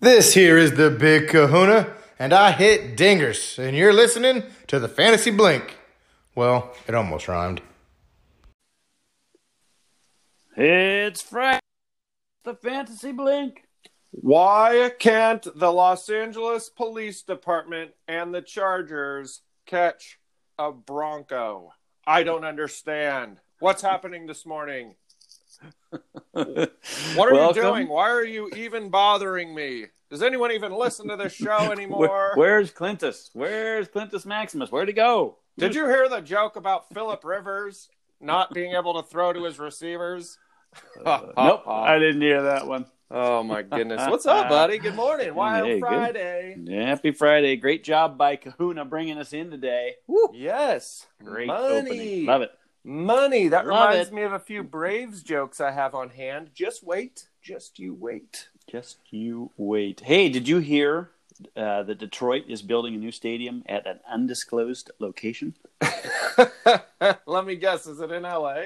This here is the Big Kahuna, and I hit dingers, and you're listening to the Fantasy Blink. Well, it almost rhymed. It's Frank, the Fantasy Blink. Why can't the Los Angeles Police Department and the Chargers catch a Bronco? I don't understand. What's happening this morning? what What are you doing? Why are you even bothering me? Does anyone even listen to this show anymore? where's Clintus? Where's Clintus Maximus? Where'd he go? Did you hear the joke about Philip Rivers not being able to throw to his receivers? Uh, nope, I didn't hear that one. Oh my goodness. What's up, buddy? Good morning. Wild Hey, good. Friday. Happy Friday. Great job by Kahuna bringing us in today. Woo. Yes. Great Money. opening. Love it. Money. That Love reminds it. me of a few Braves jokes I have on hand. Just wait. Just you wait. Just you wait. Hey, did you hear uh, that Detroit is building a new stadium at an undisclosed location? Let me guess. Is it in LA?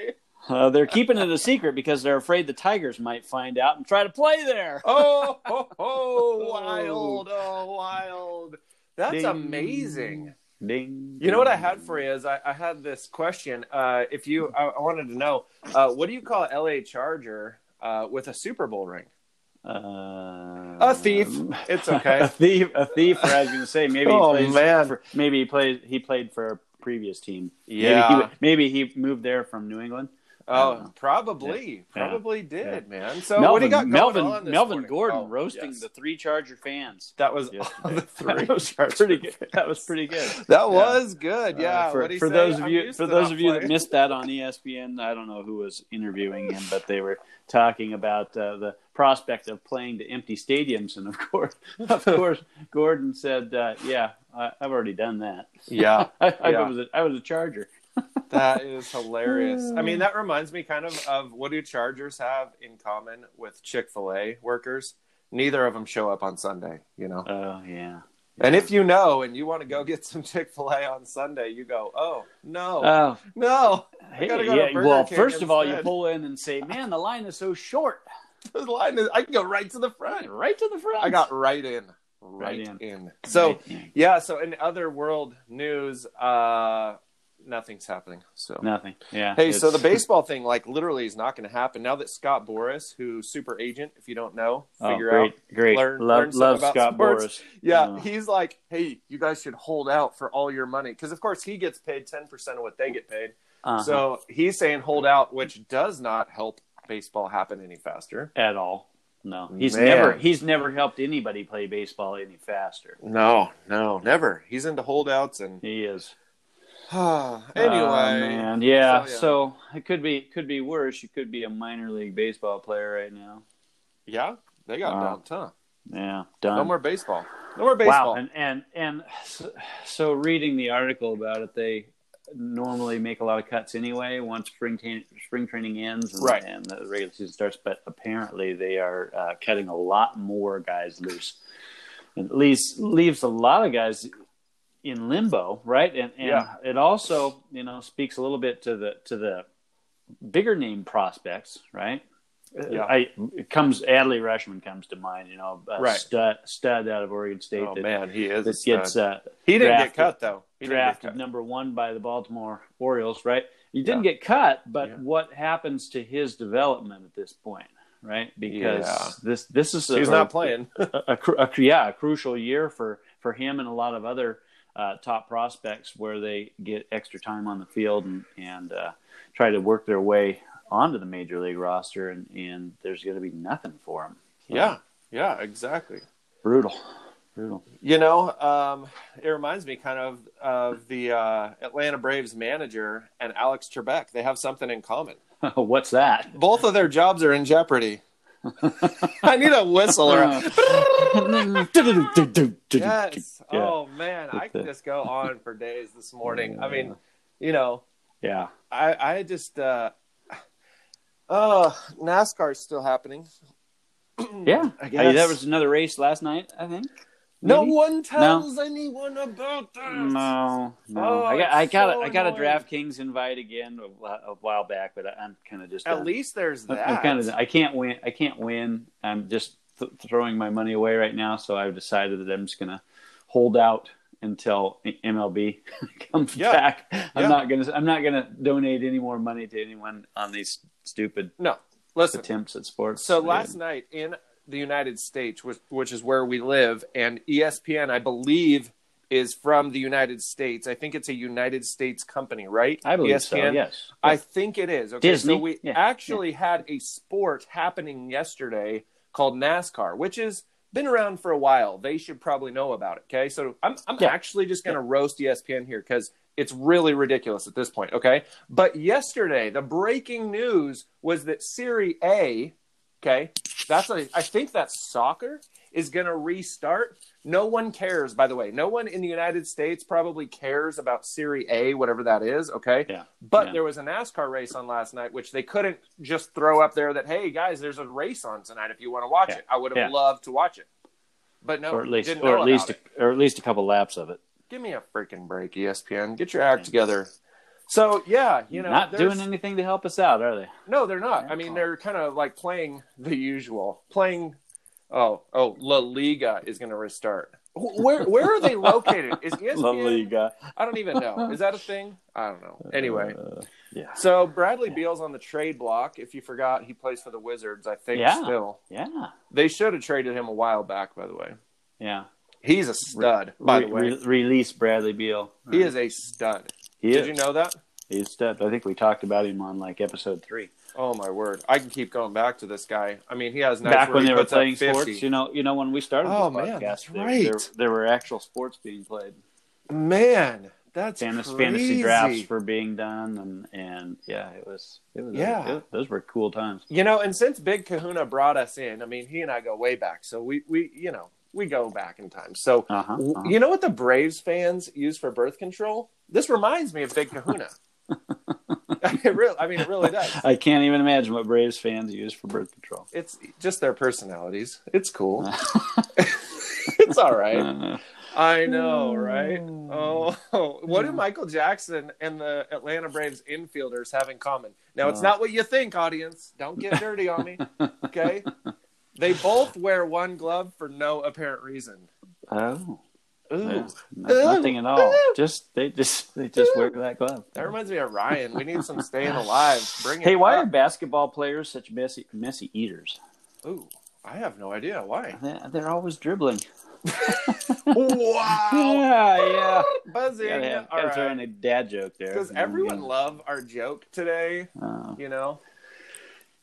Uh, they're keeping it a secret because they're afraid the Tigers might find out and try to play there. Oh, ho, ho, wild. Oh, wild. That's Ding. amazing. Ding. You know what I had for you is I, I had this question. Uh, if you, I, I wanted to know, uh, what do you call a LA Charger uh, with a Super Bowl ring? Uh, A thief. It's okay. a thief. A thief. Or I was going to say maybe. Oh, he plays man. For, maybe he plays. He played for a previous team. Yeah. Maybe he, maybe he moved there from New England. Oh, Uh, probably, yeah. probably did, man. So what Melvin, do you got going Melvin, on this Melvin morning? Gordon Oh, roasting yes. the three Charger fans. That was Yes, all the three. That was pretty good. That was pretty good. That was good. Uh, Yeah. for What'd he for say? those of I'm you used for to those not of you that playing. missed that on E ESPN, I don't know who was interviewing him, but they were talking about uh, the prospect of playing to empty stadiums, and of course, of course, Gordon said, uh, "Yeah, I, I've already done that. Yeah, I, I Yeah. was a, I was a Charger." that is hilarious. I mean, that reminds me kind of of what do Chargers have in common with Chick Fil A workers? Neither of them show up on Sunday, you know. Oh yeah. And if you know and you want to go get some Chick Fil A on Sunday, you go, oh no, Oh, no, hey, gotta go to yeah, Burger well, King first of all, you instead. pull in and say, "Man, the line is so short, the line is. I can go right to the front. right to the front." I got right in, Right right, in. in. So. Right, yeah. Yeah, so in other world news, uh nothing's happening. So nothing. Yeah. Hey, so the it's- baseball thing like literally is not going to happen now that Scott Boris, who super agent, if you don't know, Oh, figure great, out. great. learn- love, learn something love about Scott sports. Boris. Yeah, Oh. he's like, "Hey, you guys should hold out for all your money because of course he gets paid 10% of what they get paid." Uh-huh. So, he's saying hold out, which does not help baseball happen any faster. at all. No, he's Man. never he's never helped anybody play baseball any faster. No, no, never. He's into holdouts and He is. Oh, anyway. man. Yeah, So, so, yeah. it could be could be worse. You could be a minor league baseball player right now. yeah, they got Wow. dumped, huh? Yeah, done. No more baseball. No more wow, baseball. and and and so, so reading the article about it, they normally make a lot of cuts anyway once spring tra- spring training ends and, Right. and the regular season starts. But apparently, they are uh, cutting a lot more guys loose, and at least leaves a lot of guys in limbo, right? And and Yeah. it also you know speaks a little bit to the to the bigger name prospects, right? Yeah. I it comes Adley Rushman comes to mind, you know, uh, Right. stud stud out of Oregon State oh that man, he is. a that gets stud. uh, he didn't drafted- get cut though. He didn't get drafted cut. number one by the Baltimore Orioles, right? You didn't get cut, but Yeah. what happens to his development at this point, right? Because Yeah. this this is a, He's not playing. a, a, cru- a cru- yeah a crucial year for for him and a lot of other uh, top prospects where they get extra time on the field and and uh, try to work their way onto the major league roster, and and there's going to be nothing for them. yeah, yeah, exactly. brutal, brutal. You know, um, it reminds me kind of of the uh, Atlanta Braves manager and Alex Trebek. They have something in common. What's that? Both of their jobs are in jeopardy. I need a whistler. yes. Yeah. Oh man, I can just go on for days this morning. I mean, you know, Yeah. I I just uh uh NASCAR's still happening. Yeah. I Hey, guess. that was another race last night, I think. No Maybe? one tells anyone about this. No, no. Oh, I got, it's I got, so a, I got a annoying. DraftKings invite again a, wh- a while back, but I, I'm kind of just At done. least there's I'm, that. I'm kind of. I can't win. I can't win. I'm just th- throwing my money away right now, so I've decided that I'm just gonna hold out until MLB comes Yeah. back. I'm Yeah. not gonna I'm not gonna donate any more money to anyone on these stupid No, listen. attempts at sports. So Yeah. last night in the United States, which, which is where we live, and E ESPN, I believe, is from the United States. I think it's a United States company, right? E I believe so. ESPN? Yes. I think it is. Okay, Disney. so we Yeah. actually had a sport happening yesterday called NASCAR, which has been around for a while. They should probably know about it. Okay, so I'm I'm Yeah. actually just going to roast E ESPN here because it's really ridiculous at this point. Okay, but yesterday the breaking news was that Serie A, okay, that's a, I think that's soccer is going to restart. No one cares, by the way. No one in the United States probably cares about Serie A, whatever that is. Okay, Yeah. but Yeah. there was a NASCAR race on last night, which they couldn't just throw up there that, hey, guys, there's a race on tonight if you want to watch Yeah. it. I would Yeah. have loved to watch it. But no, Or at least didn't or know at least about it. or at least a couple laps of it. Give me a freaking break, E ESPN. Get your act together. So, yeah, you know. not there's- E doing anything to help us out, are they? No, they're not. I Oh. mean, they're kind of like playing the usual. Playing. Oh, oh, La Liga is going to restart. Wh- Where where are they located? Is E ESPN? La Liga. I don't even know. Is that a thing? I don't know. Anyway, Uh, yeah. So Bradley Beal's on the trade block. If you forgot, he plays for the Wizards. I think Yeah. still Yeah. they should have traded him a while back. By the way, Yeah. he's a stud. by Re- the way, re- release Bradley Beal. he is a stud. He Did is. you know that? He's stuck. I think we talked about him on like episode three. Oh my word! I can keep going back to this guy. I mean, he has nice Back where when he they were puts up playing 50. sports, you know, you know when we started Oh, this man, podcast, that's there, right. there, there were actual sports being played. Man, that's Fantasy, crazy. fantasy drafts were being done, and and yeah, it was it was Yeah. it- those were cool times. You know, and since Big Kahuna brought us in, I mean, he and I go way back. So we we you know we go back in time. So. Uh huh. W- You know what the Braves fans use for birth control? This reminds me of Big Kahuna. it really, I mean, it really does. I can't even imagine what Braves fans use for birth control. It's just their personalities. It's cool. it's all right. I know, right? Mm. Oh, what do Michael Jackson and the Atlanta Braves infielders have in common? Now, it's Uh. not what you think, audience. Don't get dirty on me. Okay. They both wear one glove for no apparent reason. oh, Ooh. yeah. No- Ooh. nothing at all. Ooh. Just they just they just wear that glove. That reminds me of Ryan. We need some staying alive. Bring it Hey, why are up. basketball players such messy messy eaters? Ooh, I have no idea why. They're they're always dribbling. wow, Yeah, yeah. buzzing! Gotta, have, All gotta throw in right. a dad joke there. Mm-hmm. Does You know, everyone yeah. love our joke today? Uh, You know,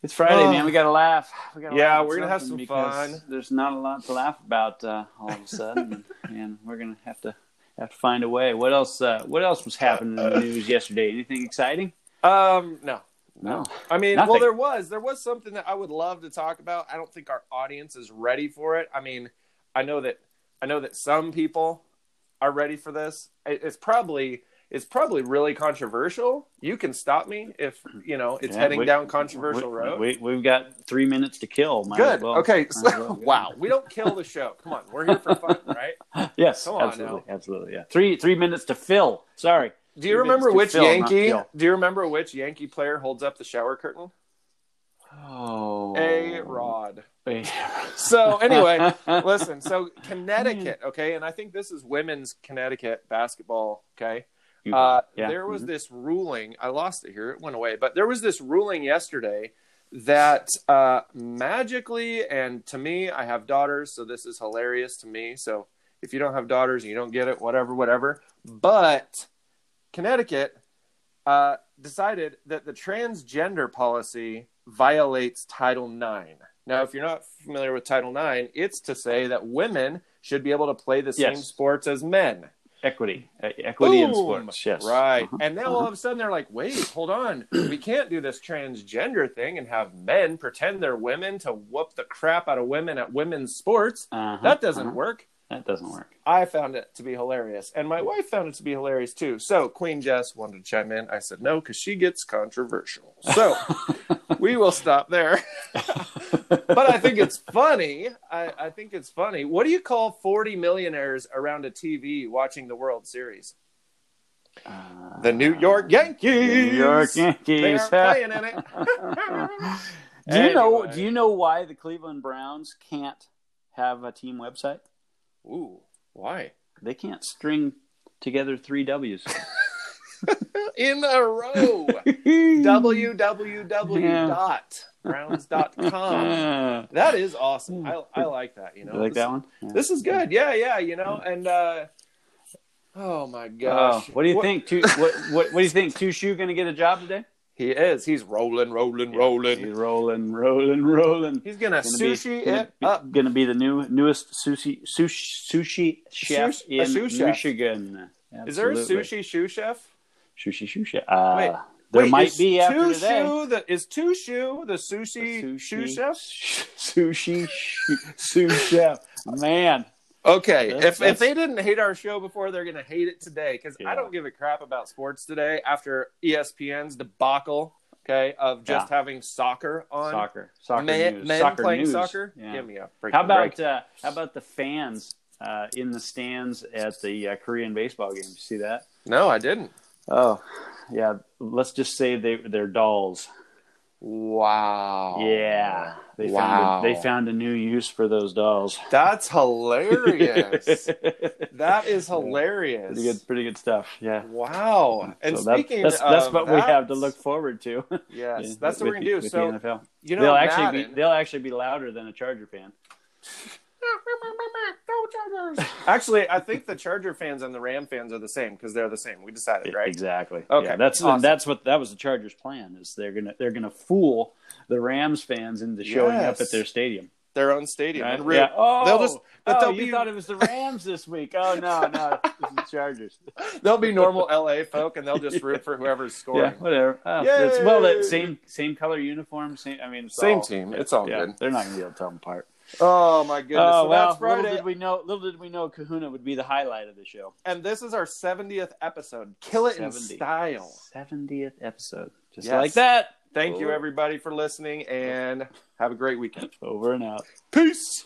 it's Friday, Oh. man. We gotta laugh. We gotta Yeah, laugh at we're gonna have something some fun. because There's not a lot to laugh about uh, all of a sudden, and, and we're gonna have to have to find a way. What else? Uh, what else was happening in the news yesterday? Anything exciting? um, no. No. I mean, Nothing. well, there was there was something that I would love to talk about. I don't think our audience is ready for it. I mean, I know that I know that some people are ready for this. It- It's probably it's probably really controversial. You can stop me if you know it's Yeah, heading we- down controversial we, road. We, we've got three minutes to kill. Might Good. As well. okay. Might as So, well. Good. Wow. We don't kill the show. Come on. We're here for fun, right? Yes. Come on now. absolutely. Absolutely. Yeah. Three three minutes to fill. Sorry. Do you Three remember minutes which to fill, not Yankee? kill. Do you remember which Yankee player holds up the shower curtain? Oh. A Rod. A- So anyway, uh, listen. So Connecticut, okay, and I think this is women's Connecticut basketball, okay. Uh, There was this ruling. I lost it here. It went away. But there was this ruling yesterday that uh, magically, and to me, I have daughters, so this is hilarious to me. So if you don't have daughters and you don't get it, whatever, whatever. But Connecticut uh, decided that the transgender policy violates Title IX. Now, if you're not familiar with Title IX, it's to say that women should be able to play the same Yes. sports as men. equity, E- equity in Boom. sports. Yes, Right. Uh-huh. And now all of a sudden they're like, wait, hold on. We can't do this transgender thing and have men pretend they're women to whoop the crap out of women at women's sports. Uh-huh. That doesn't Uh-huh. work. That doesn't work. I found it to be hilarious. And my wife found it to be hilarious too. So Queen Jess wanted to chime in. I said no because she gets controversial. So we will stop there. but I think it's funny. I, I think it's funny. What do you call 40 millionaires around a TV watching the World Series? Uh, The New York Yankees. New York Uh, Yankees. They aren't playing in it. Do you know? Anyway. Do you know why the Cleveland Browns can't have a team website? Ooh, why? They can't string together three W's. In a row. www Yeah. dot Browns dot com. Uh, That is awesome. I, I like that. You know, you like this, that one? Yeah. this is good. Yeah, yeah. You know, and uh, oh my Oh, gosh, what do you think? Two, what, what, what do you think? Two Shoe going to get a job today? He is. He's rolling, rolling, rolling. He's rolling, rolling, rolling. He's gonna, Gonna be- sushi gonna it be- up. Gonna be the new newest sushi sushi, sushi chef Sushi- a in sous chef. Michigan. Is there a Absolutely. sushi shoe chef? Sushi shoe chef. Uh, Wait, there Wait, might is be after two today. Shoe the, is two shoe the sushi, Sushi- shoe chef? Sushi sh- sous chef. Man, Okay, That's- if that's- if they didn't hate our show before, they're gonna hate it today because Yeah. I don't give a crap about sports today after E ESPN's debacle. Okay, of just having soccer on soccer, soccer men, news, men soccer playing news. soccer. Yeah. Give me a freaking How break. about uh, how about the fans uh, in the stands at the uh, Korean baseball game? Did you see that? No, I didn't. Oh, yeah. Let's just say they they're dolls. Wow. yeah, they Oh, wow. found a, they found a new use for those dolls. That's hilarious. pretty that is hilarious. good, pretty good stuff. Yeah. Wow. And So that- speaking that's, of that's what we that- have to look forward to. Yes, Yeah, that's what with we're gonna the- do. with the So NFL. you know, they'll actually be Madden- they'll actually be louder than a Charger fan. Actually, I think the Charger fans and the Ram fans are the same because they're the same. We decided, right? Exactly. Okay, Yeah, that's awesome. that's what that was the Chargers' plan is they're gonna they're gonna fool the Rams fans into showing up Yes. at their stadium. Their own stadium. Right? and root. Yeah. Oh, they'll just but oh, they'll you be thought it was the Rams this week. Oh no, no, it's the Chargers. they'll be normal LA folk and they'll just root for whoever's yeah, scoring. whatever. Oh, it's, well, Yay! that same same color uniform. Same. I mean, it's Same all- team. It's all yeah, good. They're not gonna be able to tell them apart. Oh my goodness! oh so well, that's Friday, little did we know. Little did we know Kahuna would be the highlight of the show. and this is our seventieth episode. Kill it in 70. style. Seventieth episode, just Yes. like that. Thank you, Oh. everybody, for listening, and have a great weekend. Over and out. Peace.